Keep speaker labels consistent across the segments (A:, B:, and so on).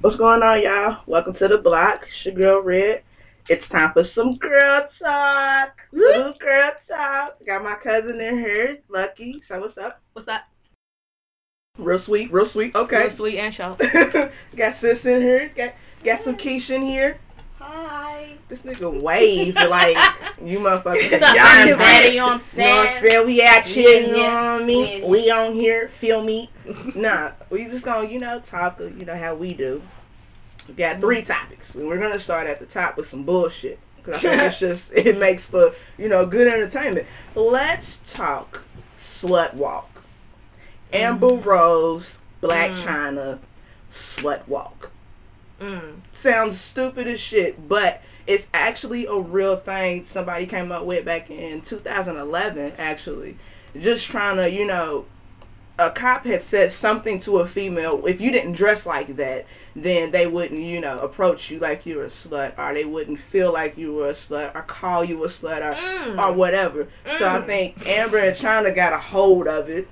A: What's going on, y'all? Welcome to the block. It's your girl Red. It's time for some girl talk. Some girl talk. Got my cousin in here, Lucky. So what's up?
B: What's up?
A: Real sweet, real sweet. Okay.
B: Real sweet and show.
A: got sis in here. Got got some Keisha in here.
B: Hi.
A: This nigga waves like you motherfuckers.
B: It's not
A: Y'all
B: everybody, you know what I'm
A: You know what I'm
B: saying?
A: saying? We out here, you know what
B: Yeah,
A: I mean?
B: yeah.
A: We on here, feel me? nah, we just gonna, you know, talk, you know, how we do. We
B: Mm-hmm.
A: got three topics. and We're gonna start at the top with some bullshit. Cause I think it's just, it makes for, you know, good entertainment. Let's talk Slut Walk. Amber Rose, Black
B: Mm-hmm. Mm.
A: China, Slut Walk
B: Mm.
A: sounds stupid as shit, but it's actually a real thing somebody came up with back in 2011, actually. Just trying to, you know, a cop had said something to a female, if you didn't dress like that, then they wouldn't, you know, approach you like you were a slut, or they wouldn't feel like you were a slut, or call you a slut, or,
B: Mm.
A: or whatever. So I
B: Mm.
A: think Amber and China got a hold of it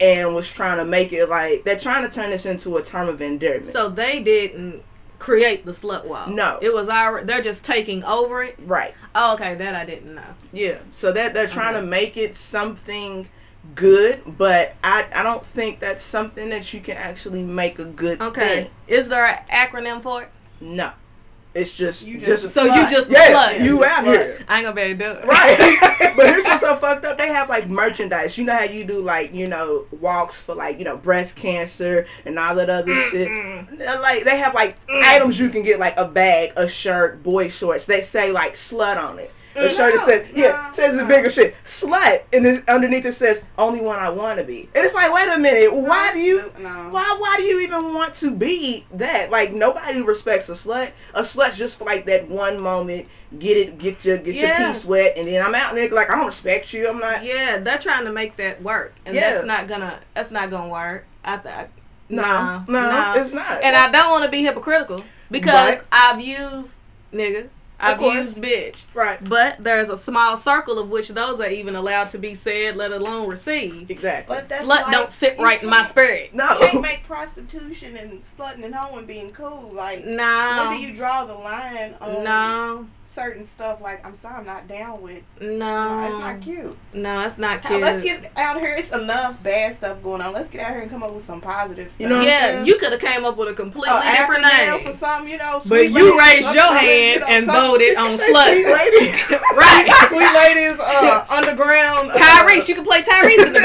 A: and was trying to make it like, they're trying to turn this into a term of endearment.
B: So they didn't create the slut wall.
A: No.
B: It was our. They're just taking over it.
A: right.
B: Oh, okay, that I didn't know.
A: Yeah. So that they're trying to
B: Okay.
A: make it something good, but I I don't think that's something that you can actually make a good
B: Okay. Is there an acronym for it?
A: thing. No. It's just
B: You
A: just,
B: just-
A: a
B: so you
A: slut.
B: just a
A: yes,
B: slut.
A: you
B: You're
A: out
B: just a
A: here.
B: I ain't gonna be able to do it.
A: Right. but here's what's so fucked up. They have like merchandise. You know how you do like, you know, walks for like, you know, breast cancer and all that other shit.
B: Mm-mm. Mm.
A: They're, Like they have like items you can get like a bag, a shirt, boy shorts. They say like slut on it. The
B: Mm.
A: shirt that says
B: No,
A: yeah,
B: no,
A: says the
B: no.
A: bigger shit. Slut and then underneath it says only one I wanna be. And it's like, wait a minute, why do you
B: No.
A: why why do you even want to be that? Like nobody respects a slut. A slut's just for like that one moment, get it get your get your
B: Yeah.
A: pee sweat and then I'm out there like I don't respect you, I'm not
B: Yeah, they're trying to make that work, and
A: Yeah.
B: that's not gonna. That's not gonna work. I thought.
A: no, no, it's not.
B: And I don't want to be hypocritical because
A: Right.
B: I've used nigga. I've
A: course.
B: used bitch.
A: right.
B: But there's a small circle of which those are even allowed to be said, let alone received.
A: Exactly.
C: But that's
B: Slut
C: like,
B: don't sit right in my spirit.
A: no.
C: You can't make prostitution and slutting and hoeing being cool. Like,
B: No.
C: when do you draw the line on
B: No.
C: certain stuff? Like, I'm sorry, I'm not down with. No, it's
B: No.
C: not cute.
B: No, it's not
C: Now,
B: cute.
C: let's get out here. It's enough bad stuff going on. Let's get out here and come up with some positive. Stuff.
A: You know what I'm
B: yeah,
A: saying?
B: you could have came up with a completely
C: Uh,
B: different
C: acronym
B: name.
C: for something, you know.
B: But
C: sweet
B: you
C: lady,
B: raised
C: slut
B: your
C: lady,
B: hand
C: you know,
B: and
C: something.
B: voted on
A: Sweet
B: slut.
A: lady.
B: Right.
C: Sweet ladies, uh, underground. Uh,
B: Tyrese, you can play Tyrese in the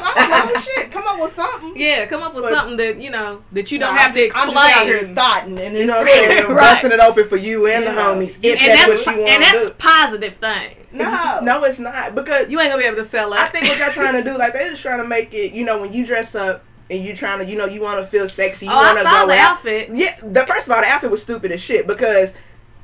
C: oh,
B: background.
C: shit, come up with something.
B: yeah, come up with
A: But-
B: something that, you know, that you don't
C: Nah,
B: have to
C: I'm just out here
B: explain.
C: starting, and
A: You
C: it's
A: know what I'm saying?
B: Right.
A: Busting it open for you and the
C: Yeah.
A: homies. If
B: and
A: that's,
B: that's,
A: what you
B: and
A: want to
B: that's
A: do.
B: positive thing.
C: No.
A: No, it's not. Because
B: You ain't gonna be able to sell it.
A: I think what they're trying to do, like, they're just trying to make it, you know, when you dress up and you trying to, you know, you want to feel sexy, you
B: oh,
A: want
B: I
A: to
B: saw
A: go
B: the
A: out.
B: outfit.
A: Yeah, the first of all, the outfit was stupid as shit because,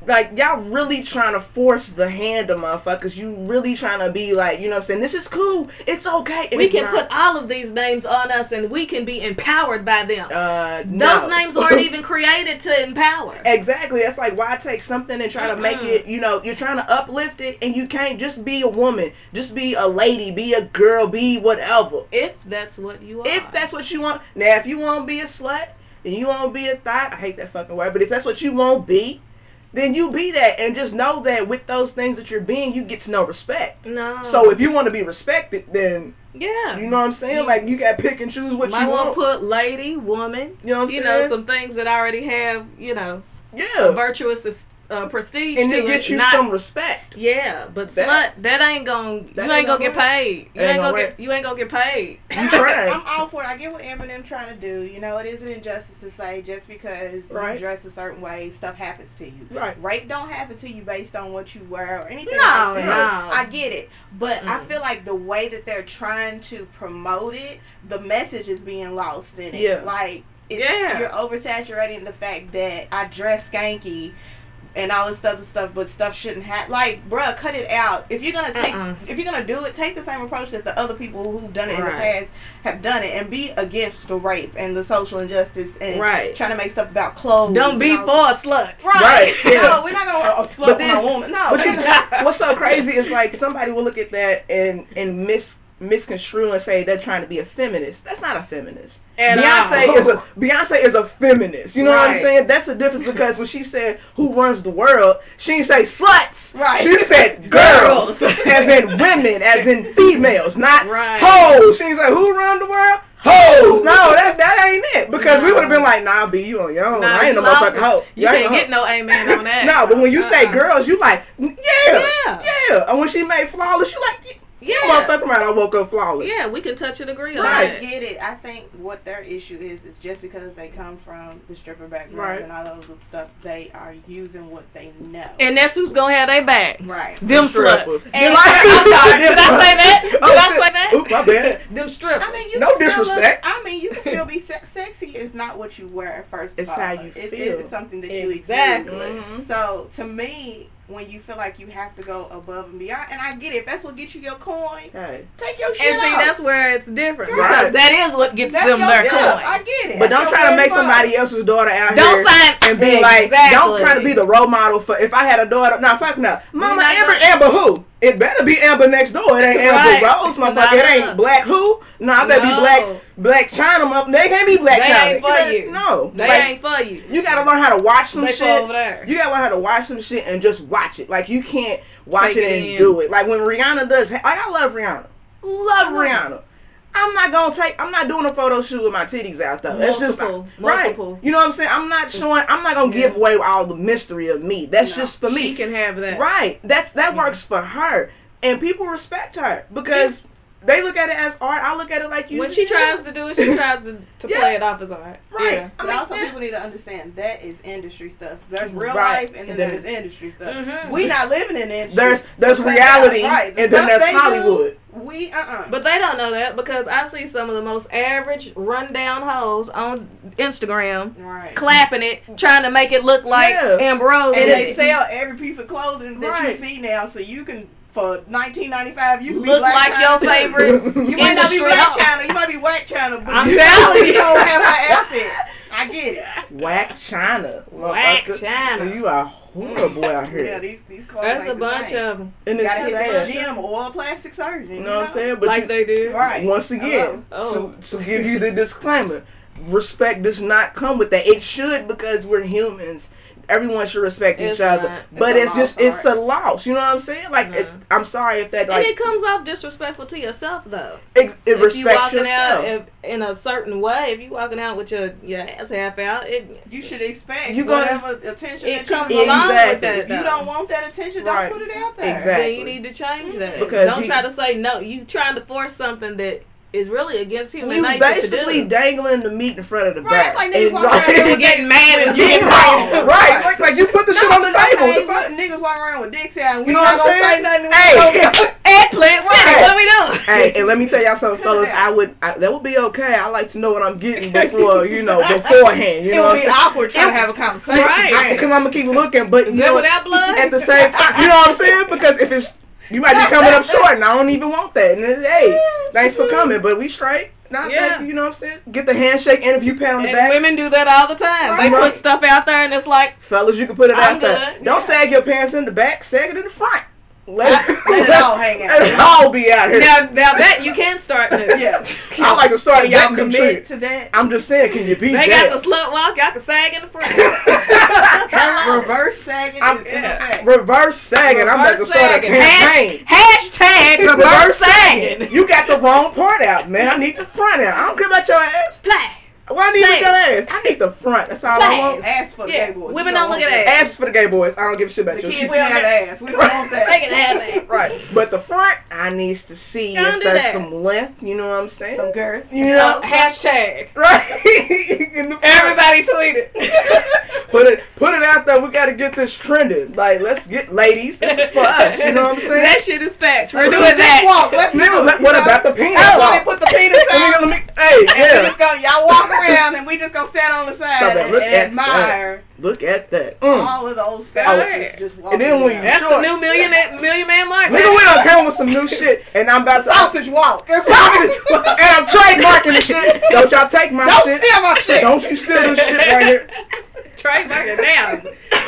A: like, y'all really trying to force the hand of motherfuckers. You really trying to be like, you know what I'm saying? This is cool. It's okay. And
B: we
A: it's
B: can
A: not.
B: put all of these names on us and we can be empowered by them.
A: Uh, no.
B: Those names aren't even created to empower.
A: Exactly. That's like why take something and try to make
B: Mhm.
A: it, you know, you're trying to uplift it and you can't just be a woman, just be a lady, be a girl, be whatever.
B: If that's what you are.
A: If that's what you want. Now, if you want to be a slut and you want to be a thot, I hate that fucking word, but if that's what you want to be, then you be that and just know that with those things that you're being, you get to no respect.
B: No.
A: So if you want to be respected, then
B: Yeah.
A: you know what I'm saying? Like you got to pick and choose what
B: Might
A: you
B: want
A: want.
B: to put lady, woman,
A: you know what I'm
B: you know,
A: saying?
B: some things that already have, you know,
A: yeah.
B: a virtuous es- uh, prestige
A: Oh. and
B: to
A: it
B: it.
A: gets you
B: not,
A: some respect.
B: yeah, but
A: That-
B: slut, that ain't
A: that
B: gonna. you
A: ain't
B: ain't gonna
A: gonna
B: get paid. You
A: Ain't
B: ain't,
A: gonna
B: gonna
A: work.
B: get. You ain't gonna get paid.
A: You tried.
C: I'm all for it. I get what Eminem trying to do. You know, it is an injustice to say just because
A: Right.
C: you dress a certain way, stuff happens to you.
A: Right.
C: Rape don't happen to you based on what you wear or anything.
B: No,
C: like that.
B: no.
C: I get it, but I
B: Mm.
C: feel like the way that they're trying to promote it, the message is being lost in it.
A: Yeah.
C: Like. It's,
B: Yeah.
C: You're oversaturating the fact that I dress skanky and all this stuff and stuff, but stuff shouldn't happen. Like, bruh, cut it out. If you're gonna take,
B: Uh-uh.
C: if you're gonna do it, take the same approach that the other people who've done it in
B: Right.
C: the past have done it, and be against the rape and the social injustice and
B: Right.
C: trying to make stuff about clothes.
B: Don't
C: and
B: be
C: all-
B: for a slut.
C: Right.
A: Right, yeah. Uh,
C: No, we're not gonna
A: But
C: exploit my
A: this-
C: woman. No.
A: But you know, what's so crazy is like somebody will look at that and and mis misconstrue and say they're trying to be a feminist. That's not a feminist.
B: At
A: Beyonce
B: all.
A: is a Beyonce is a feminist. You know what I'm
B: Right.
A: saying? That's the difference because when she said who runs the world, she didn't say sluts.
C: Right.
A: She said girls,
B: Girls.
A: as in women, as in females, not
B: Right.
A: hoes. She was like, who run the world? Hoes. No, that that ain't it. Because we
B: No.
A: would have been like, nah, be you on your own.
B: Nah,
A: I ain't no
B: you
A: motherfucking
B: lost.
A: hoe.
B: You
A: ain't
B: can't
A: hoe.
B: get no amen on that.
A: no, but when you say
B: Uh-uh.
A: girls, you like, yeah, yeah,
B: Yeah.
A: And when she made flawless, you like, yeah,
B: Yeah.
A: motherfucking right. I woke up flawless.
B: Yeah, we can touch and agree on
C: I
A: Right.
B: that.
C: get it. I think what their issue is is just because they come from the stripper background
A: Right.
C: and all those good stuff, they are using what they know.
B: And that's who's gonna have their back.
C: right.
B: Them
A: Strippers.
B: sluts. And like, I'm sorry, did I say that? Did I say that?
A: Oops, my bad.
B: Them strippers.
C: I mean, you
A: No
C: can still look-
A: disrespect.
C: I mean, you can still be se- sexy. It's not what you wear. First,
A: It's
C: of all.
A: how you
C: It's-
A: feel.
C: It's something that you
B: Exactly.
C: exude.
B: Mm-hmm.
C: So to me, when you feel like you have to go above and beyond, and I get it, if that's what gets you your coin,
A: Hey.
C: take your shit
B: And see,
C: off.
B: that's where it's different.
A: Right.
B: Because that is what gets
C: That's
B: them
C: your
B: their
C: shit. I
B: coin.
C: get it.
A: But
C: That's
A: don't
C: your
A: try to
C: brand
A: make
C: fine.
A: somebody else's daughter out here
B: Don't sign
A: and be like, don't
B: Exactly.
A: try to be the role model for. If I had a daughter, no, fuck no, Mama
B: not
A: Amber,
B: gonna-
A: Amber who? It better be Amber next door. It ain't
B: Right.
A: Amber Rose, motherfucker. It
B: Nah.
A: ain't black who? No, I better
B: No.
A: be black black China. mother- They can't be black
B: They
A: China.
B: ain't for
A: better-
B: you.
A: No,
B: They
A: Like,
B: ain't for you.
A: You gotta learn how to watch some
B: They
A: shit.
B: go over there.
A: You gotta learn how to watch some shit and just watch it. Like you can't watch
B: Take
A: it
B: it
A: and
B: in.
A: do it. Like when Rihanna does, like I love Rihanna, love Rihanna. I'm not gonna take. I'm not doing a photo shoot with my titties out though. That's just
B: Multiple,
A: right.
B: multiple. Mm.
A: You know what I'm saying? I'm not showing. I'm not gonna give away all the mystery of me. That's
C: No.
A: just for me.
B: She can have that.
A: Right. That's that works for her, and people respect her because they look at it as art. I look at it like you.
B: When she tries to do it, she tries to, to
A: Yeah.
B: play it off as art.
A: Right.
B: Yeah.
A: I
C: But
A: mean,
C: also,
A: yeah.
C: people need to understand that is industry stuff. There's real
A: Right.
C: life, and then
A: And then-
C: there's industry stuff.
B: Mhm.
C: We not living in industry.
A: There's there's
C: Right.
A: reality,
C: Right. The
A: and then
C: stuff
A: there's
C: they do,
A: Hollywood.
C: we uh uh
B: But they don't know that because I see some of the most average rundown hoes on Instagram
C: right.
B: clapping it, trying to make it look like
A: Yeah.
B: Amber Rose.
C: And they
B: did.
C: sell every piece of clothing that
A: Right.
C: you see now, so you can for nineteen ninety five you can be
B: Look
C: black
B: like
C: China,
B: your
C: too.
B: favorite
C: You might not be
B: industry
C: black
B: hoe.
C: China, you might be white China, but
B: I'm
C: you
B: telling
C: you
B: you.
C: don't have her outfit. I get it.
A: Whack China.
B: Whack
A: motherfucker.
B: China.
A: You are horrible out
C: Yeah,
A: here.
C: these these clothes.
B: That's
C: ain't
B: a
C: the
B: bunch
C: same.
B: of them,
A: and
C: You
A: it's
C: gotta hit
A: bad.
C: the gym or plastic surgery.
A: You know what I'm saying? But
B: like
A: you-
B: they did.
C: Right.
A: once again,
C: Hello.
B: Oh.
A: to, to give you the disclaimer, respect does not come with that. It should because we're humans. Everyone should respect each
B: It's
A: other,
B: not.
A: but
C: It's a
A: it's just
C: loss,
A: it's a loss. You know what I'm saying? Like it's,
B: Uh-huh.
A: I'm sorry if that like
B: and it comes off disrespectful to yourself though.
A: it, it
B: if you
A: respects
B: walking
A: yourself.
B: out if, in a certain way, if you walking out with your your ass half out, it
C: You should expect
A: You gonna-
C: whatever attention
B: it
C: that you
B: comes
C: get.
B: along with
A: Exactly.
B: that.
C: If you
B: though.
C: don't want that attention, don't
A: Right.
C: put it out there.
A: Exactly.
B: then you need to change that.
A: Because
B: don't
A: you-
B: try to say no. You trying to force something that is really against human
A: you
B: nature to do.
A: basically dangling the meat in front of the
C: Right,
A: back.
C: it's like niggas
A: It's
C: walking around
A: like-
C: here with
B: getting mad and getting
A: right,
B: wrong.
A: right. Like, like you put the shit on the
C: Nowadays,
A: table. What the fuck?
C: niggas walk around with dicks out. and We
A: You know
C: not
A: what I'm
C: gonna say
A: saying?
C: nothing. We
A: Hey.
C: gonna-
B: Excellent.
A: Right.
B: What are we doing?
A: Hey, and let me tell y'all something, fellas. I would I, that would be okay. I like to know what I'm getting before you know beforehand. You
C: it
A: know
C: would
A: what
C: be
A: I'm
C: awkward trying to have a
A: saying?
C: conversation.
B: Right.
A: Because I'm gonna keep looking, but you
B: Remember
A: know,
B: that blood?
A: at the same time, you know what I'm saying? Because if it's you might be coming up short, and I don't even want that. And then, hey, thanks for coming, but we straight. Not
B: Yeah.
A: thank you, you know what I'm saying? Get the handshake, interview pat on the
B: And
A: back.
B: women do that all the time. They
A: Right.
B: put stuff out there and it's like,
A: Fellas, you can put it
B: I'm
A: out there.
B: good,
A: Don't
B: yeah.
A: sag your pants in the back, sag it in the front.
C: Let it all hang out.
A: Let it all be out here.
B: now, now that you can start with.
A: Yeah. I like to start
C: Can y'all
A: y'all
C: commit to that?
A: I'm just saying, can you be that?
B: They got the slut walk, got the sag in the front.
A: Hello.
C: Reverse sagging
A: I'm-
C: is in effect.
A: reverse sagging. I'm about to
B: Reverse
A: start a
B: sagging. Hash-
A: campaign.
B: Hashtag reverse
A: sagging.
B: sagging.
A: You got the wrong part out, man. I need the front out. I don't care about your ass.
B: Play.
A: Why do you look
B: Thanks.
A: at ass? I hate the front. That's all I
B: Thanks.
A: want.
C: Ask for
B: Yeah,
C: gay boys.
B: women
C: You
B: don't look
C: want
B: at
C: that.
A: Ass for the gay boys. I don't give a shit about
C: The
A: you.
C: kids
A: She's
C: we
A: not
C: don't have ass. We don't want that.
B: They can have that.
A: Right. But the front, I needs to see
B: Don't
A: if
B: do
A: there's
B: that.
A: some length. You know what I'm saying?
C: Some girth.
A: You know?
B: Oh, hashtag.
A: Right. In the front.
B: Everybody tweeted.
A: put it put it out there. We got to get this trended. Like, let's get ladies. This is for us. You know what I'm saying?
B: That shit is facts. We're doing that.
C: Walk. Let's
A: Nigga, let- what about the penis?
C: Oh,
A: walk?
C: they put the penis
A: Nigga,
C: out.
A: let me- Hey,
C: And we
A: yeah.
C: just go, y'all walk around and we just gonna stand on the side
A: Stop that.
C: and,
A: Look
C: and
A: at
C: admire
A: Look at that. Mm.
C: all of those
A: Oh.
C: fellas just walking.
A: then when
C: around.
A: you-
B: That's the new million million man market.
A: Nigga, we done came with some new shit, and I'm about to.
C: sausage walk.
A: and I'm trademarking the shit. Don't y'all take my
C: Don't
A: shit.
C: steal my shit.
A: Don't you steal this shit right here.
B: Trademark it now.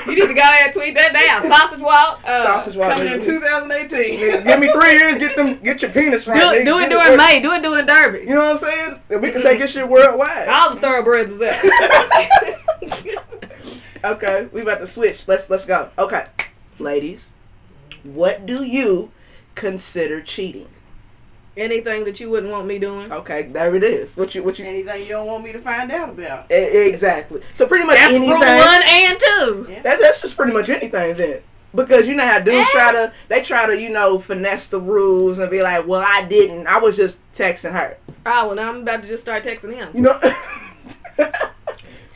B: You need to go ahead and tweet that down. Sausage walk. Uh,
A: Sausage walk,
B: Coming in
A: nigga.
B: 2018.
A: Give me three years, get them, get your penis right.
B: Do
A: nigga.
B: it, do it
A: Get
B: during
A: work.
B: May. Do it during Derby.
A: You know what I'm saying? And we can take this shit worldwide.
B: All the thoroughbreds is up.
A: okay, we about to switch. Let's let's go. Okay, ladies, what do you consider cheating?
B: Anything that you wouldn't want me doing.
A: Okay, there it is. What you what you
C: Anything you don't want me to find out about.
A: e- exactly? So pretty much
B: That's
A: anything.
B: rule one and two.
C: Yeah.
A: That, that's just pretty much anything then. Because you know how dudes try to, they try to, you know, finesse the rules and be like, well, I didn't. I was just texting her.
B: Oh, well, now I'm about to just start texting him.
A: You know?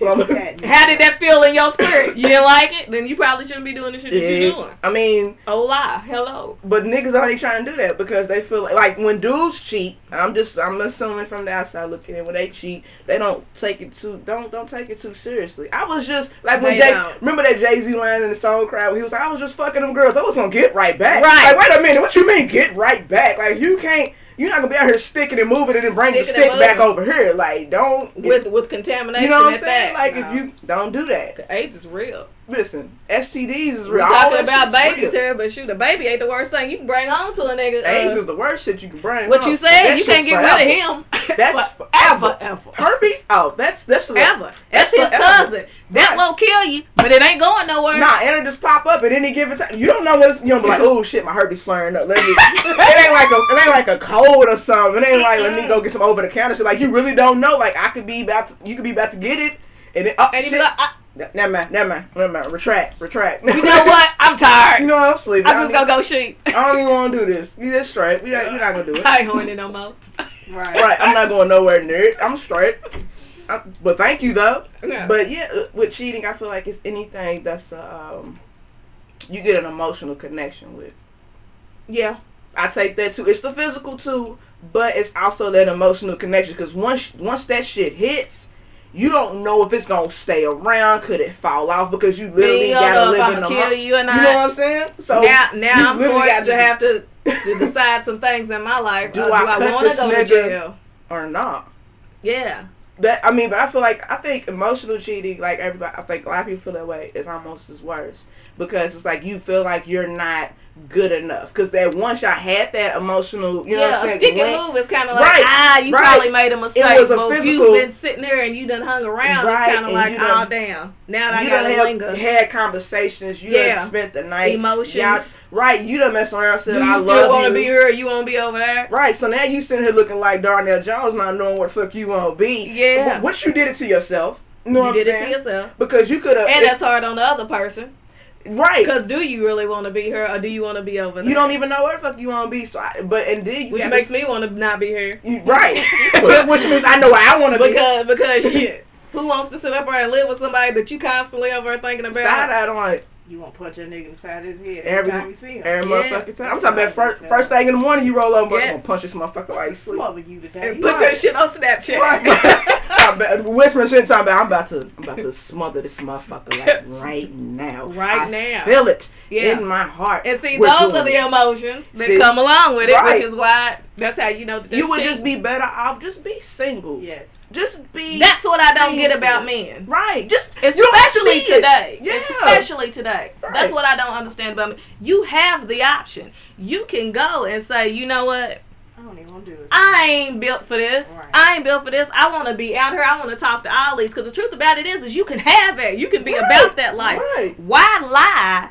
A: Well, I'm-
B: How did that feel in your spirit? You didn't like it? Then you probably shouldn't be doing the shit that you're
A: Yeah,
B: doing.
A: I mean,
B: Hola, hello.
A: but niggas already trying to do that because they feel like, like when dudes cheat, I'm just, I'm assuming from the outside looking in, when they cheat, they don't take it too, don't, don't take it too seriously. I was just, like when
B: They
A: Jay,
B: don't.
A: remember that Jay-Z line in the song Crowd, where he was like, I was just fucking them girls, I was gonna get right back.
B: Right.
A: Like, wait a minute, what you mean get right back? Like, you can't, you're not gonna be out here sticking and moving and then bring
B: Sticking
A: the stick
B: and
A: back
B: moving.
A: over here. Like, don't,
B: With with contamination
A: you know what I'm
B: at
A: saying?
B: that.
A: Like,
B: No.
A: if you, don't do that.
B: The AIDS is real.
A: Listen, STDs is
B: We're
A: real.
B: talking
A: All that
B: about
A: shit's
B: babies
A: real.
B: here, but shoot, a baby ain't the worst thing you can bring home to a nigga.
A: AIDS
B: Uh,
A: is the worst shit you can bring.
B: what
A: home.
B: you said,
A: That
B: you
A: shit's
B: can't get
A: forever.
B: rid of him.
A: That's
B: forever, ever,
A: Herpes? Oh, that's that's a-
B: ever. That's his
A: forever.
B: cousin. That
A: Right.
B: won't kill you, but it ain't going nowhere.
A: Nah, and it'll just pop up at any given time. You don't know what it's, you don't be like, oh shit, my herpes flaring up. Let me. it ain't like a it ain't like a cold or something. It ain't like let me go get some over the counter shit. Like you really don't know. Like I could be about to, you could be about to get it, and it, oh,
B: And you be
A: shit.
B: like, I,
A: Ne- never mind, never mind, never mind. Retract, retract.
B: you know what? I'm
A: you
B: tired.
A: know I'm sleeping. I
B: I'm
A: don't
B: just gonna
A: even-
B: go shoot.
A: I don't even want to do this. You just straight. We not, you're not gonna do it.
B: I ain't horny no more.
C: Right.
A: right. I'm not going nowhere near it. I'm straight. i but thank you though.
B: Yeah.
A: But yeah, uh, with cheating, I feel like it's anything that's uh, um, you get an emotional connection with.
B: Yeah.
A: I take that too. It's the physical too, but it's also that emotional connection. Cause once once that shit hits, you don't know if it's gonna stay around. Could it fall off? Because you
B: Then
A: literally
B: you don't know
A: gotta
B: if
A: live
B: I'm
A: in
B: gonna
A: the
B: kill
A: mo-
B: you or
A: You know what
B: not.
A: I'm saying? So
B: now, now I'm
A: you really
B: forced
A: got
B: to have to, to
A: to
B: decide some things in my life.
A: Do
B: Uh, do
A: I
B: I
A: cut
B: want to
A: this
B: go to
A: nigga?
B: jail?
A: or not.
B: Yeah.
A: That I mean, but I feel like I think emotional cheating, like everybody, I think a lot of people feel that way, is almost as worse because it's like you feel like you're not good enough. Because that once y'all had that emotional, you know,
B: yeah,
A: what
B: a
A: I'm
B: stick
A: saying?
B: and
A: link,
B: move is kind of like,
A: Right,
B: ah, you
A: right.
B: probably made a mistake.
A: was a
B: but if
A: physical-
B: you've been sitting there and you done hung around.
A: Right,
B: it's kind
A: and
B: of like,
A: you
B: oh,
A: done-
B: damn. Now that I
A: you
B: got to
A: done
B: linger.
A: have, had conversations. You yeah.
B: Yeah.
A: done spent the night.
B: Emotions.
A: y'all- right. You done mess around.
B: Do
A: Said
B: you
A: I
B: still
A: love
B: wanna
A: you.
B: be here or you want to be over there?
A: Right, so now you sitting here looking like Darnell Jones, not knowing what the fuck you wanna be.
B: Yeah.
A: Wh- what you did it to yourself. You know
B: you
A: what I'm
B: did it
A: saying?
B: to yourself.
A: Because you could have.
B: And that's hard on the other person.
A: right.
B: Because do you really want to be here or do you want to be over there?
A: You don't even know where the fuck you want to be. So, I, but and then you
B: Which
A: have
B: makes me want to not be here.
A: you, right, which means I know where I want to be.
B: Because, because shit, who wants to sit up there and live with somebody that you constantly over there thinking
A: Side
B: about?
A: eye on it
C: You want to punch that nigga inside his head
A: Every-
C: every time you see him.
A: every
B: Yeah.
A: motherfucking time. I'm talking about first first thing in the morning you roll over,
B: Yeah.
A: I'm gonna punch this motherfucker while you sleep.
C: What were you today?
B: And put that shit on Snapchat.
A: I'm about- Whispering shit, talking about I'm about to I'm about to smother this motherfucker like right now.
B: Right
A: I
B: now.
A: feel it
B: Yeah.
A: in my heart.
B: And see,
A: We're
B: those
A: doing
B: are
A: it.
B: the emotions that
A: See?
B: come along with it,
A: Right.
B: which is why that's how you know that
A: you would
B: shit-
A: just be better off. Just be single.
C: Yes.
A: Just be
B: That's what I don't get about men.
A: right. Just you don't
B: Especially
A: see it.
B: today.
A: Yeah.
B: Especially today.
A: Right.
B: That's what I don't understand about men. You have the option. You can go and say, you know what?
C: I don't even want to do it.
B: I ain't built for this.
C: Right.
B: I ain't built for this. I want to be out here. I want to talk to all these. Because the truth about it is, is you can have it. You can be
A: Right.
B: about that life.
A: Right.
B: Why lie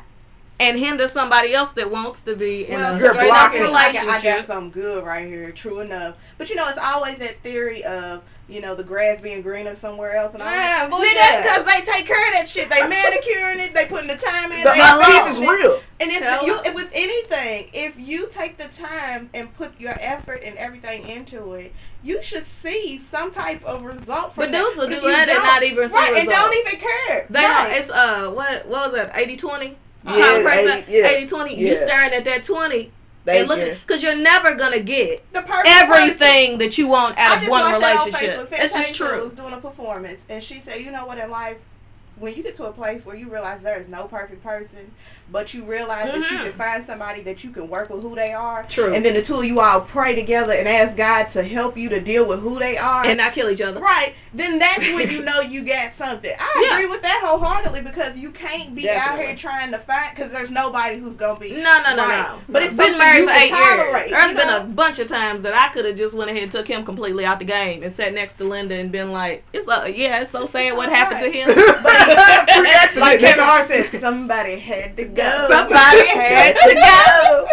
B: and hinder somebody else that wants to be in
C: Well,
B: a
A: you're
C: right, I
A: blocking.
C: feel like I got
B: relationship.
C: something good right here. True enough, but you know, it's always that theory of you know the grass being greener somewhere else. And all
B: Yeah,
C: that.
B: well,
C: Nigga,
B: yeah.
C: that's 'cause they take care of that shit. They manicuring it. They putting the time in.
A: The
C: they
A: my
C: alone.
A: piece is real.
C: And if
B: So-
C: you, if with anything, if you take the time and put your effort and everything into it, you should see some type of result from
B: Producers
C: that. But
B: do
C: if you
B: that and
C: don't-
B: not even see
C: right, and
B: results.
C: don't even care.
B: They
C: right.
B: don't, it's uh what what was that 80-20?
A: Yeah,
B: Kind of person,
A: 80, yeah.
B: 80-20, you
A: Yeah.
B: staring at that 20
A: They
B: and looking because you're never gonna get
C: the perfect
B: everything that you want
C: I
B: out of
C: just
B: one
C: watched that on
B: relationship.
C: Facebook.
B: This
C: Fantasia
B: is true.
C: Was doing a performance, and she said, "You know what? In life, when you get to a place where you realize there is no perfect person, but you realize that
B: Mhm.
C: you can find somebody that you can work with who they are,
B: True.
C: and then the two of you all pray together and ask God to help you to deal with who they are."
B: and not kill each other.
C: Right, then that's when you know you got something. I
B: Yeah.
C: agree with that wholeheartedly because you can't be out
A: Definitely.
C: here trying to find because there's nobody who's gonna be
B: No, no, no,
C: right.
B: no.
C: But it's
B: been
C: something
B: married
C: you
B: for
C: can
B: eight
C: tolerate,
B: years. There's
C: you
B: been
C: know?
B: a bunch of times that I could have just went ahead and took him completely out the game and sat next to Linda and been like, "It's uh, yeah, it's so sad what happened to him."
A: But-
C: like Kevin Hart says, somebody had to go.
B: Somebody had to go.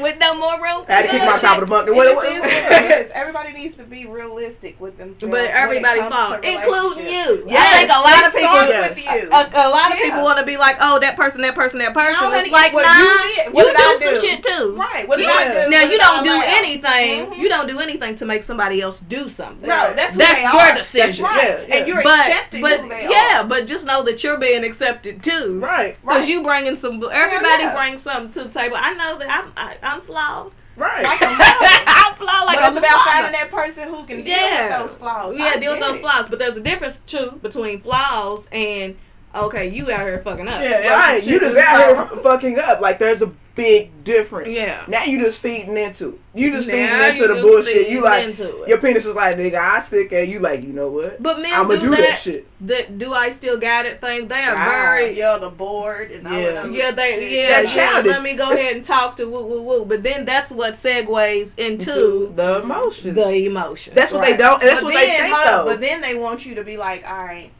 B: With no more room.
A: I had to kick my top of the bunker.
C: It
A: What,
C: just
A: what,
C: is what it is. everybody needs to be realistic with themselves.
B: But everybody's fault,
C: fault,
B: including you.
C: Yes.
B: I think a lot of
C: It
B: people.
C: starts
A: Yeah.
C: with you.
B: A, a lot of
C: Yeah.
B: people want to be like, oh, that person, that person, that person.
C: No,
B: it's
C: honey,
B: like,
C: what
B: nah,
C: you did- what
B: you
C: did
B: do
C: I
B: some
C: do?
B: shit too.
C: Right. What
B: You-
C: did I do?
B: Now
C: What
B: you
C: did
B: don't
C: I
B: do
C: allow?
B: anything.
C: Mhm.
B: You don't do anything to make somebody else do something.
C: No, that's who
B: That's
C: they
B: your
C: are.
B: decision.
C: That's right.
A: Yeah,
C: And you're
B: but
C: accepting
B: but
C: who they
B: yeah,
C: are.
B: but just know that you're being accepted too.
A: right,
B: Cause
C: Right.
B: you bringing some. Everybody
C: yeah.
B: brings something to the table. I know that I'm I, I'm flawed.
A: right.
C: Like a mother.
B: I'm flawed like
C: but
B: I'm
C: it's about
B: flawed.
C: finding that person who can
B: Yeah.
C: deal with those flaws.
B: Oh, Yeah,
C: I
B: deal with
C: get
B: those
C: it.
B: flaws. But there's a difference too between flaws and okay, you out here fucking up.
A: Yeah, right. You just out here fucking up. Like there's a big difference.
B: Yeah.
A: Now you just feeding into. it. You just feeding
B: Now
A: into
B: you
A: the
B: just
A: bullshit.
B: feeding
A: You like
B: into it.
A: your penis is like nigga. I stick at you. Like you know what?
B: But men
A: I'ma
B: do,
A: do
B: that.
A: that shit.
B: That do I still got it thing? They are
C: Ah,
B: very
C: yeah, the board and all
A: Yeah.
C: of them.
B: yeah they yeah.
A: That
B: yeah
A: childish.
B: let me go ahead and talk to woo woo woo. But then that's what segues into
A: the emotions.
B: the emotion.
A: that's what they
C: Right.
A: don't. And that's
C: but
A: what
C: then,
A: they think
C: hold
A: though.
C: on, But then they want you to be like, all right,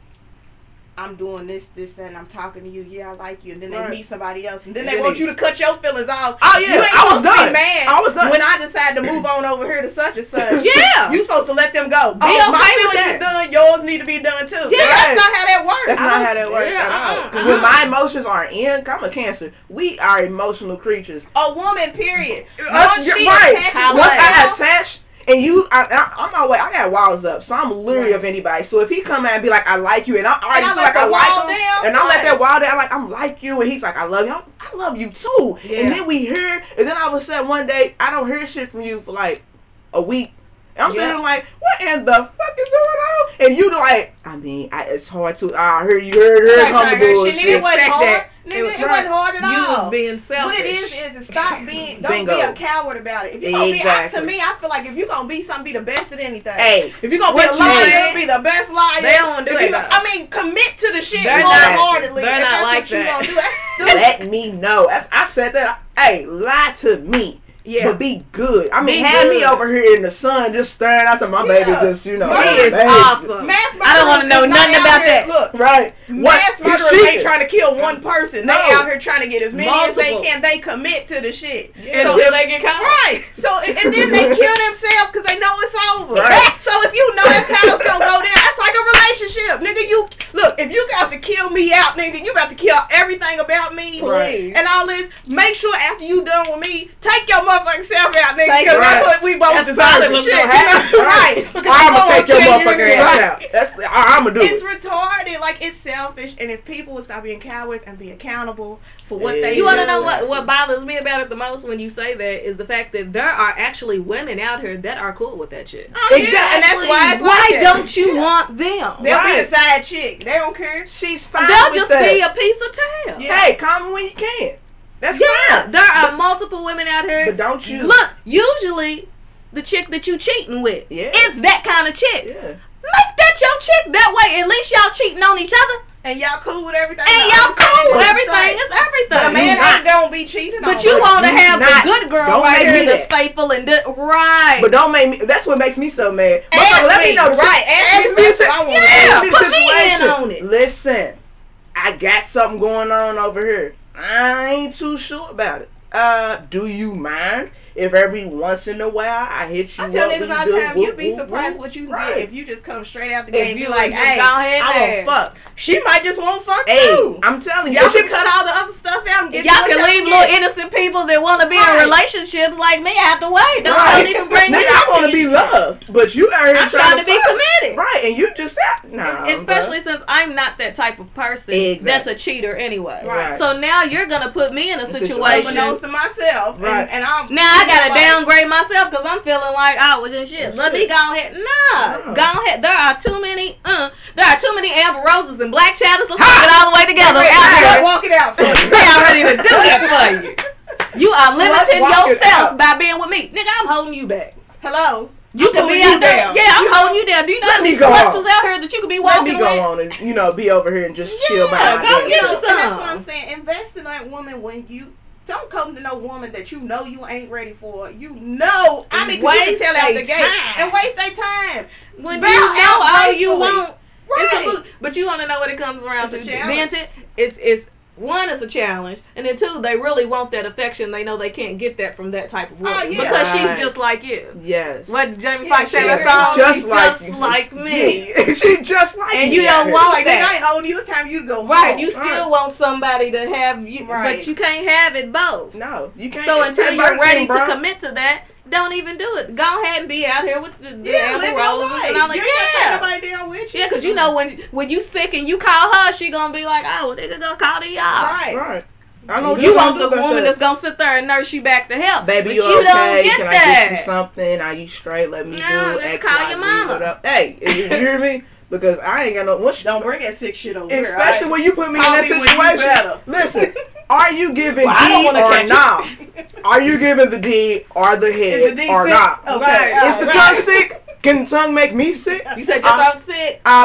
C: I'm doing this, this, and I'm talking to you. Yeah, I like you. And then
A: Right.
C: they meet somebody else, and then
A: And
C: they
A: then
C: want
A: they-
C: you to cut your feelings off.
A: Oh, yeah,
C: you
A: I
C: ain't
A: was
C: supposed to
A: done.
C: Be mad
A: I was done.
C: When I decide to move on over here to such and such.
B: Yeah.
C: you supposed to let them go. Be
B: okay
C: my
B: with
C: feelings
B: that.
C: is done. Yours need to be done too.
A: Yeah,
C: that's
A: right.
C: not how that works.
A: That's
C: I
A: not
C: don't-
A: how that works
C: Yeah,
A: at all.
C: uh-uh,
A: 'Cause
C: uh-uh.
A: When my emotions are in, 'cause I'm a cancer. We are emotional creatures.
C: a woman, period.
A: Us-
C: Once
A: you're
C: she
A: Uh, right.
C: attaches
A: Once I
C: herself-
A: attach, and you, I, I, I'm always, I got walls up, so I'm leery of anybody. So if he come out and be like, I like you, and I already
C: And I
A: feel
C: let
A: like I
C: the wall
A: like him,
C: down,
A: and I let
C: right.
A: that wall down, like I'm like you, and he's like, I love you, I'm, I love you too.
B: Yeah.
A: And then we hear, and then all of a sudden one day I don't hear shit from you for like a week. And I'm
B: Yeah.
A: sitting like, what in the fuck is going on? And you like, I mean, I, it's hard to. I heard you heard her
C: Right,
A: come
C: right,
A: the
C: right.
A: bullshit.
C: Nigga, it wasn't
A: Fuck
C: hard.
A: that.
C: Nigga,
A: It
C: it
A: was
C: wasn't
A: right.
C: hard at
B: you was
C: all.
B: being selfish.
C: What it is is to stop being. Don't
A: Bingo.
C: be a coward about it. If you gonna
A: Exactly.
C: be, I, to me, I feel like if you're gonna be something, be the best at anything.
A: Hey,
C: If you're gonna
A: what
C: be a
A: you
C: liar,
A: said-
C: be the best liar.
B: They don't do
C: If
B: it,
C: you-
B: though.
C: I mean, commit to the shit
B: They're
A: not-
C: wholeheartedly.
B: they're
C: If
B: not
C: that's
B: like
C: what you
B: that.
C: Gonna do,
A: let me know. I, I said that. Hey, lie to me.
B: Yeah.
A: But be good. I mean,
B: Be
A: have me
B: good.
A: over here in the sun, just staring out to my
C: Yeah.
A: baby, just you know.
C: He
A: hey,
C: is
A: baby.
B: awesome.
C: Mass
B: I don't wanna
C: murderers
B: know
C: is not
B: nothing
C: out
B: about
C: here-
B: that.
C: Look,
A: Right.
C: mass
A: He's
C: murderers
A: cheating.
C: ain't trying to kill one person.
A: No.
C: They out here trying to get as many as they
B: Multiple.
C: can. They commit to the shit.
A: Yeah.
C: So
A: Until
B: they get caught.
C: Right. So and, and then they kill themselves because they know it's over.
A: Right.
C: So if you know that's how it's gonna go down, that's like a relationship, nigga. You look if you got to kill me out, nigga. You about to kill everything about me
A: Right.
C: and all this. Make sure after you done with me, take your motherfucking self out, nigga.
A: Take
C: Because
A: it
C: that's
A: out.
C: what we both
A: That's
C: decided.
A: what's
C: Shit,
A: gonna
C: you
A: happen.
C: know, right. Because
A: I'm
C: I'm
A: gonna take your
C: kill you.
A: motherfucking ass
C: Right.
A: out. That's I, I'm gonna do
C: It's
A: it.
C: retarded. Like it's selfish. And if people would stop being cowards and be accountable for what they
A: Yeah.
B: You
C: want
B: want to know what what bothers me about it the most when you say that is the fact that there are actually women out here that are cool with that shit.
C: Oh, yeah,
A: Exactly.
C: and that's why. It's
B: Why
C: like that.
B: don't you want them?
C: They'll
A: Right.
C: be the side chick. They don't care.
A: She's fine
B: They'll
A: with
B: just
A: that.
B: be a piece of tail.
A: Hey, comment when you can. That's
B: Yeah,
A: fine.
B: there are multiple women out here.
A: But don't you
B: Look, usually the chick that you cheating with
A: Yeah.
B: is that kind of chick.
A: Yeah.
B: Make that your chick that way. At least y'all cheating on each other,
C: And y'all cool with everything.
B: and
C: No,
B: y'all
C: I'm saying
B: cool with
C: what you
B: everything.
C: say.
B: It's everything.
C: But a man
A: not.
C: ain't gonna be cheating.
B: But
C: on
B: you
C: her.
B: want to
A: you
B: have
A: not.
B: the good girl
A: Don't
B: right
A: make me
B: here
A: that.
B: that's faithful and do- right.
A: But don't make me. That's what makes me so mad.
C: Ask
A: Motherfucker, let me
C: me,
A: know.
C: right, ask me, that's what I want.
A: ask
B: Yeah, put me in
A: situation.
B: on it.
A: Listen, I got something going on over here. I ain't too sure about it. Uh, do you mind if every once in a while I hit you
C: I'm
A: up?
C: telling
A: with
C: you,
A: a
C: all the
A: good
C: time
A: whoop,
C: you'd be
A: whoop,
C: surprised
A: whoop?
C: what you can
A: Right.
C: get if you just come straight out
B: If
C: the gate and
B: you
C: be like,
B: just
C: "Hey,
B: go ahead
C: I
B: there."
A: I'm
C: want fuck."
A: gonna fuck.
C: She might just want fuck
A: Hey,
C: too.
A: I'm telling you,
C: Y'all
A: she
C: should cut all the other stuff out and get
B: Y'all
C: to
B: can
C: what
B: leave
C: y'all
B: little
C: get.
B: innocent people that want to be in
C: Right.
B: relationships like me out the way. Don't,
A: Right.
B: don't even bring me.
A: Nigga, I want to be loved, but you out here trying
B: I'm trying to be
A: fuck.
B: committed.
A: Right, and you just have nah,
B: Especially since I'm not that type of person
A: Exactly.
B: that's a cheater anyway.
A: Right.
B: So now you're going to put me in a
A: Situation.
B: situation.
C: unbeknownst to myself,
A: Right.
C: and, and I'm
B: Now I gotta
C: like,
B: downgrade myself because I'm feeling like I was in shit. Let me
A: Shit.
B: go ahead. Nah,
A: No.
B: go ahead. There are too many. Uh, there are too many amber roses and black shadows. Let's put it all the way together.
C: "Hey,
B: Out
C: let's
B: here.
C: Walk it out. first."
B: They already done do that for you. You are
A: Let's
B: limiting
A: walk it
B: yourself
A: out.
B: by being with me, nigga. I'm holding you back.
C: Hello.
B: You can
A: pulling
B: be
A: you
B: out there.
A: down.
B: Yeah, I'm holding you down. Do you know
A: Let
B: how
A: me
B: many
A: go
B: clusters
A: on.
B: out here that you could be
A: Let me
B: walking
A: go
B: with?
A: on and you know be over here and just chill by
B: Yeah,
A: my damn
B: go get you
A: self.
C: And that's what
B: some.
C: I'm saying. Invest in that woman when you don't come to no woman that you know you ain't ready for. You know, I mean, 'cause you
B: Waste
C: can tell out
B: they
C: the gate
B: time.
C: and waste their time.
B: When
C: Bow
B: you know
C: out
B: all you
C: gracefully.
B: want, It's a
C: Right.
B: boo- but you want to know what it comes around
C: It's a
B: to.
C: challenge.
B: Vintage, it's it's one is a challenge, and then two, they really want that affection. They know they can't get that from that type of woman
C: Oh, yeah.
B: because
A: Right.
B: she's just like you.
A: Yes.
B: What Jamie
C: Yeah,
B: Foxx said,
C: she
B: that
C: is
B: song,
A: just
B: she's
A: like
B: just
A: you.
B: like me.
A: Yeah, she just like
B: And
A: me.
B: you don't want
C: Like
B: that.
C: when I hold you a time, you go
B: Right,
C: home.
B: you still want somebody to have you,
C: Right.
B: but you can't have it both.
A: No, you can't.
B: So
A: get
B: until
A: that
B: you're
A: birthday,
B: ready to
A: bro.
B: commit to that, don't even do it. Go ahead and be out here with the, the
C: Yeah,
B: Amber
C: live your
B: Roses
C: life.
B: and all that.
C: you ain't
B: yeah.
C: got nobody down with you.
B: Yeah, 'cause you know when when you sick and you call her, she gonna be like, oh, well, nigga gonna call the y'all.
C: Right.
A: Right. I know
B: You
A: don't
B: want
A: do
B: the
A: that
B: woman
A: shit.
B: that's gonna sit there and nurse you back to health.
A: Baby,
B: but
A: you,
B: you
A: okay?
B: don't get
A: Can I get
B: that.
A: you something? Are you straight? Let me do
B: No, just
A: X,
B: call
A: Y,
B: your
A: Z,
B: mama.
A: what up? Hey, you hear me? Because I ain't got no. What
C: Don't bring that sick shit over here.
A: Especially when you put me in that situation. Listen, are you giving
B: Well, I don't
A: D
B: wanna
A: or
B: catch you.
A: not? Are you giving the D or the
C: Is
A: head
C: the D
A: or
C: sick?
A: not?
B: Oh,
C: Okay.
A: Is the
C: Alright.
A: tongue sick? Can the tongue make me sick?
B: You said
A: Uh,
B: just I'm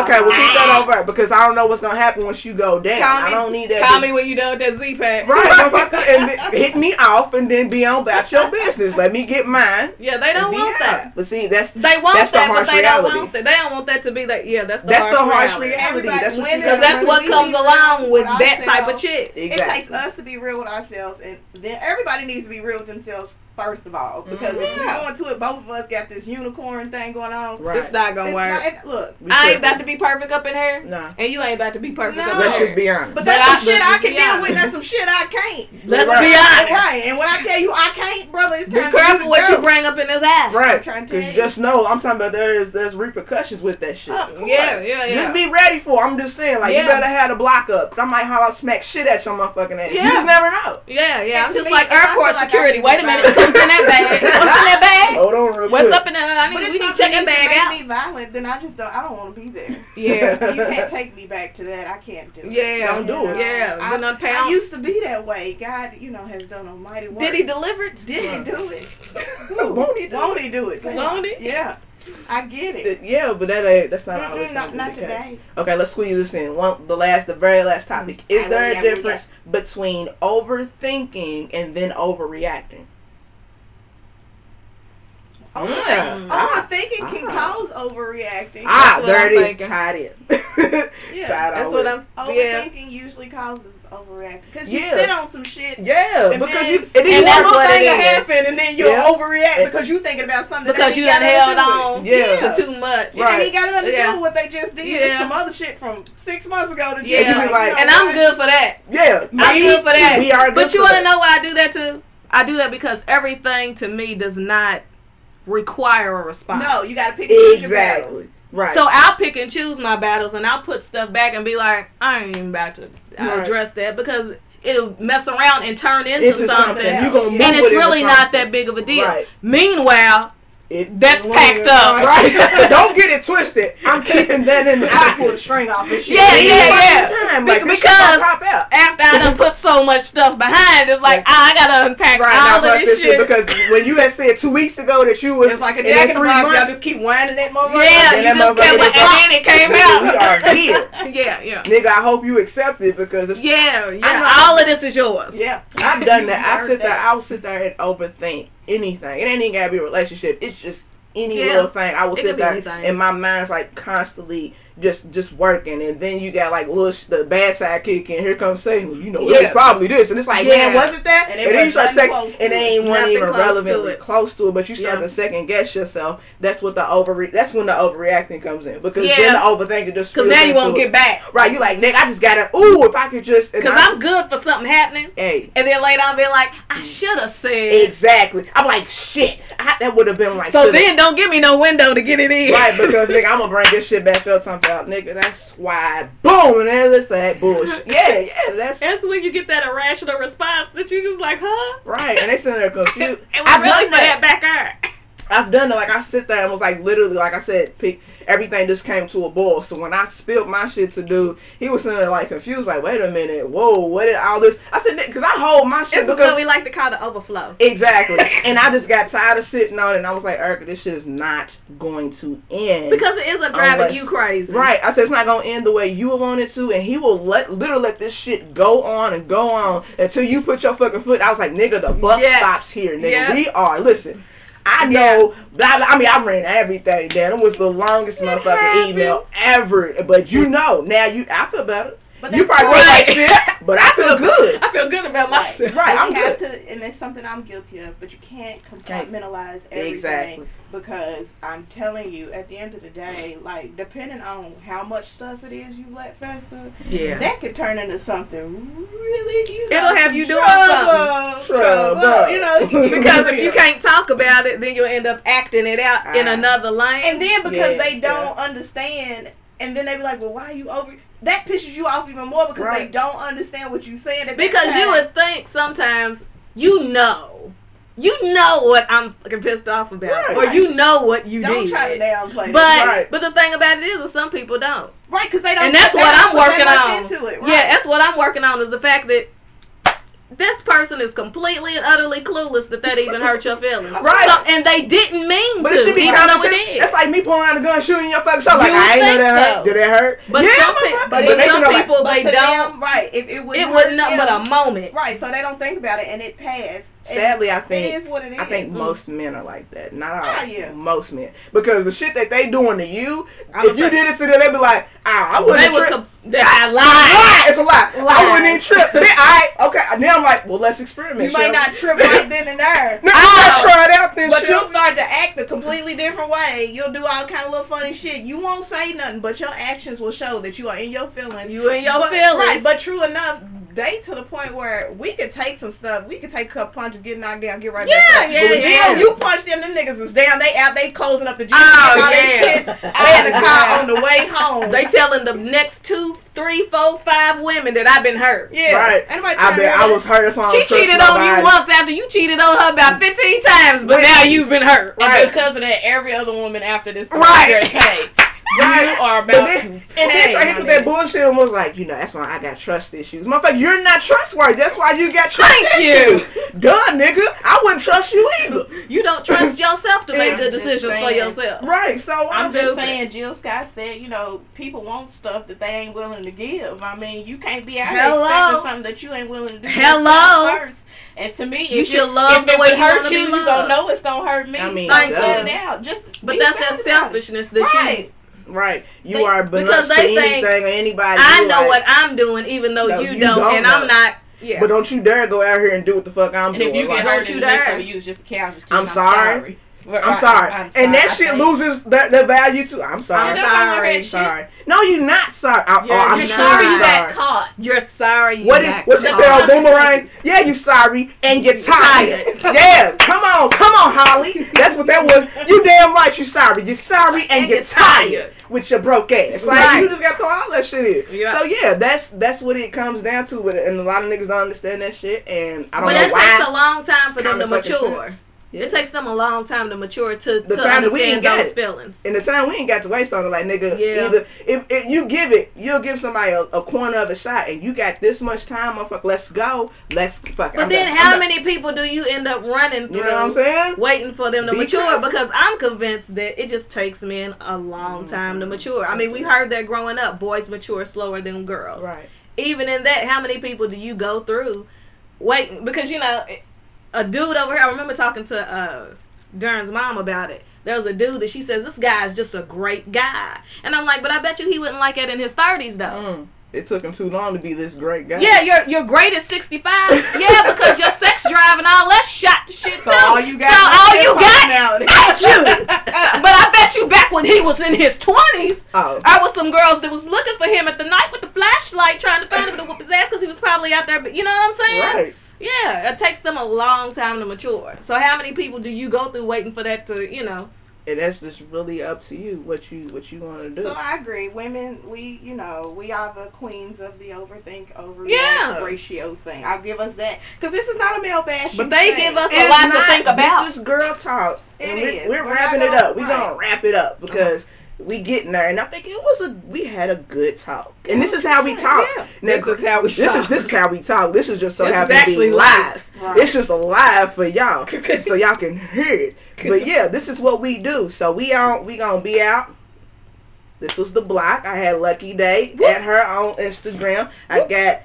B: sick.
A: Okay, well keep that over because I don't know what's gonna happen once you go down.
B: Call
A: I
B: me-
A: don't need that.
B: Call me when you done with that Z pack.
A: Right, motherfucker, and then hit me off and then be on about your business. Let me get mine.
B: Yeah, they don't
A: and be
B: want
A: out.
B: that.
A: But see, that's
B: They want
A: That's the
B: that, but
A: harsh
B: they
A: reality.
B: don't want that. They don't want that to be like, yeah, that's the
A: that's
B: harsh,
A: the harsh
B: reality.
A: reality.
C: Everybody-
A: That's what you gotta
B: Because that's what
C: women-
A: remember.
B: comes along with
C: What I
B: that type
C: feel.
B: of chick.
A: Exactly.
C: It takes us to be real with ourselves, and then everybody needs to be real with themselves first of all. Because if we're
B: Yeah.
C: going to it, both of us got this unicorn thing going on.
A: Right.
B: It's not gonna
C: It's
B: work.
C: not- it- look,
A: We
B: I ain't
A: tripping.
B: about to be perfect up in here,
A: Nah.
B: and you ain't about to be perfect up
C: No.
B: in
A: Let's
B: here.
A: just be honest.
C: but
B: But
C: that's
B: I-
C: some shit
B: let's
C: I
B: be
C: can deal
B: honest.
C: with. That's some shit I can't.
B: Let's
A: Right.
B: be honest.
C: Right, and when I tell you I can't, brother, it's
B: Be
C: time
B: careful
C: to
B: what you
C: do.
B: bring up in this ass.
A: Right.
C: trying to
A: 'Cause
C: tell you.
A: just know, I'm talking about there's there's repercussions with that shit.
C: Of course.
B: Oh, Yeah, yeah, yeah.
A: Just be ready for. it. I'm just saying, like
B: Yeah.
A: you better have the block up. 'cause I might holler smack shit at your motherfucking ass.
B: Yeah.
A: You just never know.
B: Yeah, yeah. I'm
C: And to
B: just
C: me,
B: like
C: if I
B: airport
C: feel like
B: security.
C: I
B: Wait a
C: can
B: minute. What's in that bag? What's in that bag?
A: Hold on, real
B: What's
A: quick.
B: up in that? I
C: But
B: need,
C: if
B: we need to
C: something
B: check that
C: needs to
B: bag eh?
C: make
B: out.
C: me violent, then I just don't. I don't want to be there.
B: Yeah.
C: you can't take me back to that. I can't do it.
B: Yeah,
A: Don't do it.
B: Yeah,
C: I,
B: been unpound.
C: I used to be that way. God, you know, has done almighty work.
B: Did he deliver? it?
C: Did he do it?
A: Ooh, won't he do
C: Won't he do it?
B: Won't he?
C: Yeah, I get it.
A: Yeah, but that ain't, that's not
C: Mm-mm,
A: always
C: not-
A: gonna
C: not
A: be the case.
C: today.
A: Okay, let's squeeze this in. One, the last, the very last topic. Is
C: I
A: there
C: will,
A: a
C: I will,
A: difference between overthinking and then overreacting?
C: Oh,
A: Yeah.
C: Overthinking can
A: Ah.
C: cause overreacting.
A: Mm. Ah,
B: what
A: there
B: I'm
A: it is.
B: thinking.
A: Tied in. Tied
C: Yeah,
B: That's
A: all
B: what
A: in.
B: I'm. Yeah.
C: Overthinking usually causes overreacting because you
A: Yeah.
C: sit on some shit.
A: Yeah,
C: And
A: because
C: then-
A: you and then
B: and
A: you
B: that's
A: wonder
B: what
A: thing
B: it
A: that
B: is.
A: happened, and then
C: You'll
A: you will
C: overreact because you thinking about something
B: Because
C: that
B: you
C: ain't got
B: done
C: nothing
B: held
C: to do with it.
B: on
A: Yeah.
B: to too much.
C: Right. And
A: Right.
C: he got nothing to
B: Yeah.
C: do with what they just did.
B: Yeah.
C: It's some other shit from six months ago that
B: Yeah.
C: you like, you know
B: And I'm
C: what?
B: good for that.
A: yeah.
B: I'm
A: me,
B: good for that.
A: We are
B: but
A: good
B: you
A: for
B: want to
A: that.
B: know why I do that too? I do that because everything to me does not require a response.
C: No, you gotta pick and choose your battles.
A: exactly right.
B: So I'll pick and choose my battles, and I'll put stuff back and be like, I ain't even about to uh,
A: Right.
B: address that because it'll mess around and turn into
A: It's
B: something.
A: something you gonna move
B: and it's
A: with it or
B: really not
A: something.
B: that big of a deal.
A: Right.
B: Meanwhile,
A: It-
B: That's packed up.
A: Right. Don't get it twisted. I'm keeping that in the
C: I pull the string off and shit.
B: Yeah,
A: Any
B: yeah,
A: fucking
B: yeah.
A: Time.
B: Be-
A: Like, this shit
B: because-
A: gonna pop out.
B: after I done put so much stuff behind, it's like ah,
A: Right.
B: I gotta unpack
A: Right
B: all
A: now,
B: of
A: fuck
B: this shit.
A: because when you had said two weeks ago that you was
C: It's like a
A: and in
C: jack in the
A: three
C: box.
A: months,
C: Y'all just keep winding that motherfucker.
B: yeah,
A: And
B: you
A: that
B: just
A: motherfucker
B: kept
A: just
B: and then it came out.
A: We are here.
B: yeah, yeah,
A: nigga, I hope you accept it because it's,
B: yeah, yeah.
A: not-
B: All of this is yours.
C: Yeah.
A: I've done that.
C: You
A: I
C: heard
A: sit there,
C: that.
A: I'll sit there and overthink anything. It ain't even gotta be a relationship. It's just any
B: Yeah.
A: little thing, I will
B: It could
A: sit
B: be
A: there
B: anything.
A: and my mind's like constantly just just working. And then you got like little sh- the bad side kick, and here comes Satan. You know, it
C: Yeah.
A: was probably this, and it's like,
C: Yeah.
A: man, was it that?
C: And
A: And,
C: it
A: then you
C: was
A: start
C: nothing
A: second,
C: close
A: and
C: to
A: it
C: it.
A: ain't one
B: Nothing
A: even
B: close to
A: relevantly
B: it.
A: close to it. But you start
B: Yeah.
A: to second guess yourself. That's what the overre. That's when the overreacting comes in because
B: Yeah.
A: then the overthinking just spills
B: Because now you
A: into
B: won't
A: it.
B: get back.
A: Right, you like, Nick, I just gotta, ooh, if I could just. and
B: Because
A: I-
B: I'm good for something happening.
A: Hey,
B: And then later I'll be like, I should have said.
A: exactly. I'm like, shit, I, that would have been like.
B: So
A: should've-
B: then don't give me no window to get it in.
A: Right, because nigga, I'm gonna bring this shit back up something out, nigga. That's why, boom, and then listen to that bullshit. Yeah, yeah, that's
B: That's when you get that irrational response that you just like, huh?
A: right. And they sitting there
B: And
A: confused.
B: we really for that back
A: I've done it. Like I sit there and was like, literally, like I said, pick everything just came to a boil. So when I spilled my shit to dude, he was sitting there like confused, like, wait a minute, whoa, what did all this? I said, because I hold my shit
B: It's
A: because
B: what we like to call the overflow.
A: Exactly. and I just got tired of sitting on it and I was like, Erica, this shit is not going to end.
B: Because it is a driving
A: Unless-
B: you crazy.
A: Oh, Right. I said it's not gonna end the way you want it to and he will let literally let this shit go on and go on until you put your fucking foot I was like, nigga, the buck
B: Yeah.
A: stops here, nigga.
B: Yeah.
A: We are listen. I know blah, blah, I mean I ran everything down. It was the longest motherfucking
B: happened.
A: email ever. But you know, now you I feel better.
C: But
A: you
C: that's
A: probably was like shit, but I feel good.
B: I feel good about myself.
A: Right, I'm
C: you have
A: good.
C: to, and it's something I'm guilty of. But you can't compartmentalize everything
A: Exactly.
C: because I'm telling you, at the end of the day, like depending on how much stuff it is you let fester,
A: Yeah.
C: that could turn into something really. You
B: It'll
C: know,
B: have you doing
C: trouble,
A: something.
C: trouble,
A: Trouble.
C: You know,
B: Because if you can't talk about it, then you'll end up acting it out in
A: Ah.
B: another lane.
C: And then because
A: Yeah,
C: they don't understand, and then they be like, "Well, why are you over?" That pisses you off even more because
A: Right.
C: they don't understand what you're saying. at that
B: Because you
C: time.
B: would think sometimes you know. You know what I'm fucking pissed off about.
A: Right.
B: Or you know what you
C: don't
B: did.
C: try to downplay.
B: but
C: it.
A: Right.
B: but the thing about it is that some people don't.
C: Right, because they don't.
B: And that's
C: they
B: what
C: don't
B: I'm
C: put that
B: working
C: much
B: on.
C: Into it, right?
B: Yeah, that's what I'm working on is the fact that this person is completely and utterly clueless that that even hurt your feelings.
A: Right.
B: So, and they didn't mean
A: But
B: to,
A: it should be
B: even
A: common
B: though it
A: sense.
B: is.
A: That's like me pulling out a gun, shooting your fucking shoulder. Like,
B: You
A: I ain't know
B: think
A: that
B: so.
A: hurt. Did that hurt?
B: But
A: yeah,
B: some, pe-
A: motherfucker.
B: but
A: they feel
B: some
A: like-
B: people,
C: But
B: they
C: to
B: don't.
C: Them, right. If it was
B: it was
C: hurt
B: nothing
C: them-
B: but a moment.
C: Right, so they don't think about it, and it passed. And
A: Sadly, I think
C: it is what it is.
A: I think most men are like that. Not all.
C: Ah, Mm-hmm. yeah.
A: Most men, because the shit that they doing to you,
B: I'm
A: if you
B: afraid-
A: did it to them, they'd be like, ah, I
B: They
A: wouldn't
B: was
A: trip.
B: com- I
A: Lie,
B: lied.
A: It's a lie.
B: Lie.
A: I wouldn't even trip. Then, I okay. Now I'm like, well, let's experiment.
C: you might
A: shall we?
C: not trip right then and there.
A: No,
B: I
A: let's try it out then.
C: But
A: shall
C: you'll
A: we?
C: start to act a completely different way. You'll do all kind of little funny shit. You won't say nothing, but your actions will show that you are in your feelings.
B: You in your
C: but,
B: feelings.
C: Right, but true enough, they to the point where we could take some stuff. We could take a couple punches, get knocked down, get right
B: Yeah,
C: back up.
B: yeah,
C: But when
B: yeah.
C: You, you punch them, them niggas is down. They out. They closing up the gym.
B: Oh,
C: and all that
B: yeah.
C: shit. They in the car on the way home.
B: They telling the next two, three, four, five women that I've been hurt.
C: yeah.
A: Right.
C: Anybody
A: I bet I was hurt if I
B: She
A: don't trust
B: cheated on you
A: nobody.
B: once after you cheated on her about 15 times, but now you've been hurt.
A: Right.
C: Because of that, every other woman after this.
B: Right.
C: Hey,
A: Right.
C: You are
A: But
C: about
A: then,
C: to
A: and then I
C: pay,
A: hit with
C: my
A: that bullshit and was like, you know, that's why I got trust issues. Motherfucker, you're not trustworthy. That's why you got trust
B: Thank
A: issues. Duh, nigga. I wouldn't trust you either.
B: You don't trust yourself to make
A: I'm
B: good
C: just
B: decisions for
C: saying.
B: yourself.
A: Right, so I'm,
C: I'm just
B: stupid.
C: saying, Jill Scott said, you know, people want stuff that they ain't willing to give. I mean, you can't be out here
B: Hello.
C: expecting something that you ain't willing to do
B: Hello.
C: first. And to me,
B: You
C: if
B: should
C: it,
B: love
C: if
B: the
C: it
B: way
C: would
B: you
C: hurt
B: wanna be
C: you, you
B: loved.
C: gonna know it's gonna hurt me.
A: I mean,
C: Like,
B: duh.
C: cut it out. Just
B: But
C: be
B: that's
C: sad
B: that
C: about it.
B: selfishness that you.
C: Right.
A: right. You
B: They-
A: are because
B: because they
A: to
B: think,
A: anything or anybody.
B: I
A: You
B: know
A: like,
B: what I'm doing, even though
A: No,
B: you,
A: you
B: don't,
A: don't
B: and
A: know.
B: I'm not. Yeah.
A: But don't you dare go out here and do what the fuck I'm
C: And
A: doing.
C: if you
A: Like,
C: get hurt,
B: Don't you
C: you there.
B: dare.
C: You just count it.
A: I'm sorry. I'm sorry. and that shit loses the, the value too. I'm sorry.
C: I'm just talking about that
A: sorry.
C: shit.
A: Sorry. No, you're not sorry. I,
B: You're,
A: oh, I'm sure
B: you're sorry you
A: you're
B: got caught. You're sorry you
A: What is
B: got
A: what you
B: caught.
A: say on boomerang? Yeah, you sorry and you're tired.
B: tired.
A: yeah, come on, come on, Holly. That's what that was. You damn right you sorry. You sorry and,
B: And
A: you're,
B: you're tired.
A: tired with your broke ass. Like
B: Right.
A: you just got to all that shit in.
B: Yeah.
A: So yeah, that's that's what it comes down to with it. and a lot of niggas don't understand that shit and I don't
B: But
A: know
B: it
A: why.
B: takes a long time for them to
A: Common fucking
B: mature.
A: Yeah.
B: It takes them a long time to mature to, to
A: The time that we
B: understand
A: ain't got
B: those
A: it.
B: feelings.
A: and the time we ain't got to waste on it, like nigga.
B: Yeah.
A: Either if, if you give it, you'll give somebody a, a corner of a shot, and you got this much time, motherfucker. Let's go. Let's fuck.
B: But
A: I'm
B: then,
A: done.
B: how
A: I'm done.
B: many people do you end up running through?
A: You know what I'm saying?
B: waiting for them to
A: Be
B: mature
A: careful.
B: because I'm convinced that it just takes men a long
A: Mm-hmm.
B: time to mature. I mean, we heard that growing up, boys mature slower than girls.
A: Right.
B: Even in that, how many people do you go through waiting? Because, you know, a dude over here, I remember talking to uh, Dern's mom about it. There was a dude that she says this guy is just a great guy, and I'm like, but I bet you he wouldn't like that in his 30s though.
A: Mm. It took him too long to be this great guy.
B: Yeah, you're you're great at 65. yeah, because your sex drive and all that shot shit
A: So
B: too.
A: all you got
B: so
A: is
B: all
A: his
B: you got,
A: personality.
B: not you. but I bet you back when he was in his 20s,
A: Oh.
B: I was some girls that was looking for him at the night with the flashlight, trying to find him to whoop his ass because he was probably out there. But you know what I'm saying?
A: Right.
B: Yeah, it takes them a long time to mature. So how many people do you go through waiting for that to, you know?
A: And that's just really up to you what you what you want to do.
C: So I agree. Women, we you know we are the queens of the overthink over
B: Yeah.
C: ratio thing. I'll give us that because this is not a male bashing.
B: But they
C: thing.
B: give us
A: It's
B: a lot
A: not-
B: to think about.
A: This is girl talk.
C: It
A: and we're,
C: is.
A: we're
C: We're
A: wrapping
C: not
A: it up. We're
C: gonna-
A: gonna wrap it
B: Uh-huh.
A: up because we getting there. And I think it was a we had a good talk. And this is how we talk.
B: Yeah.
A: Now,
B: This is
A: how we this is
B: talk.
A: this is how we talk. This is just so
B: This is
A: happens to
B: actually
A: be live.
C: Right.
A: It's just a live for y'all, so y'all can hear it. But yeah, this is what we do. So we on we gonna be out. This was the block. I had Lucky Day
B: Whoop.
A: at her on Instagram. I
B: Whoop.
A: got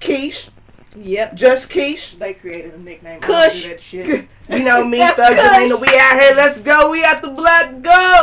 A: Keish,
C: Yep.
A: just Keish.
C: They created a nickname. I don't
B: Kush.
C: do that shit.
A: You know me,
B: That's
A: Thug
B: good.
A: Selena. We out here. Let's go. We out the block. Go.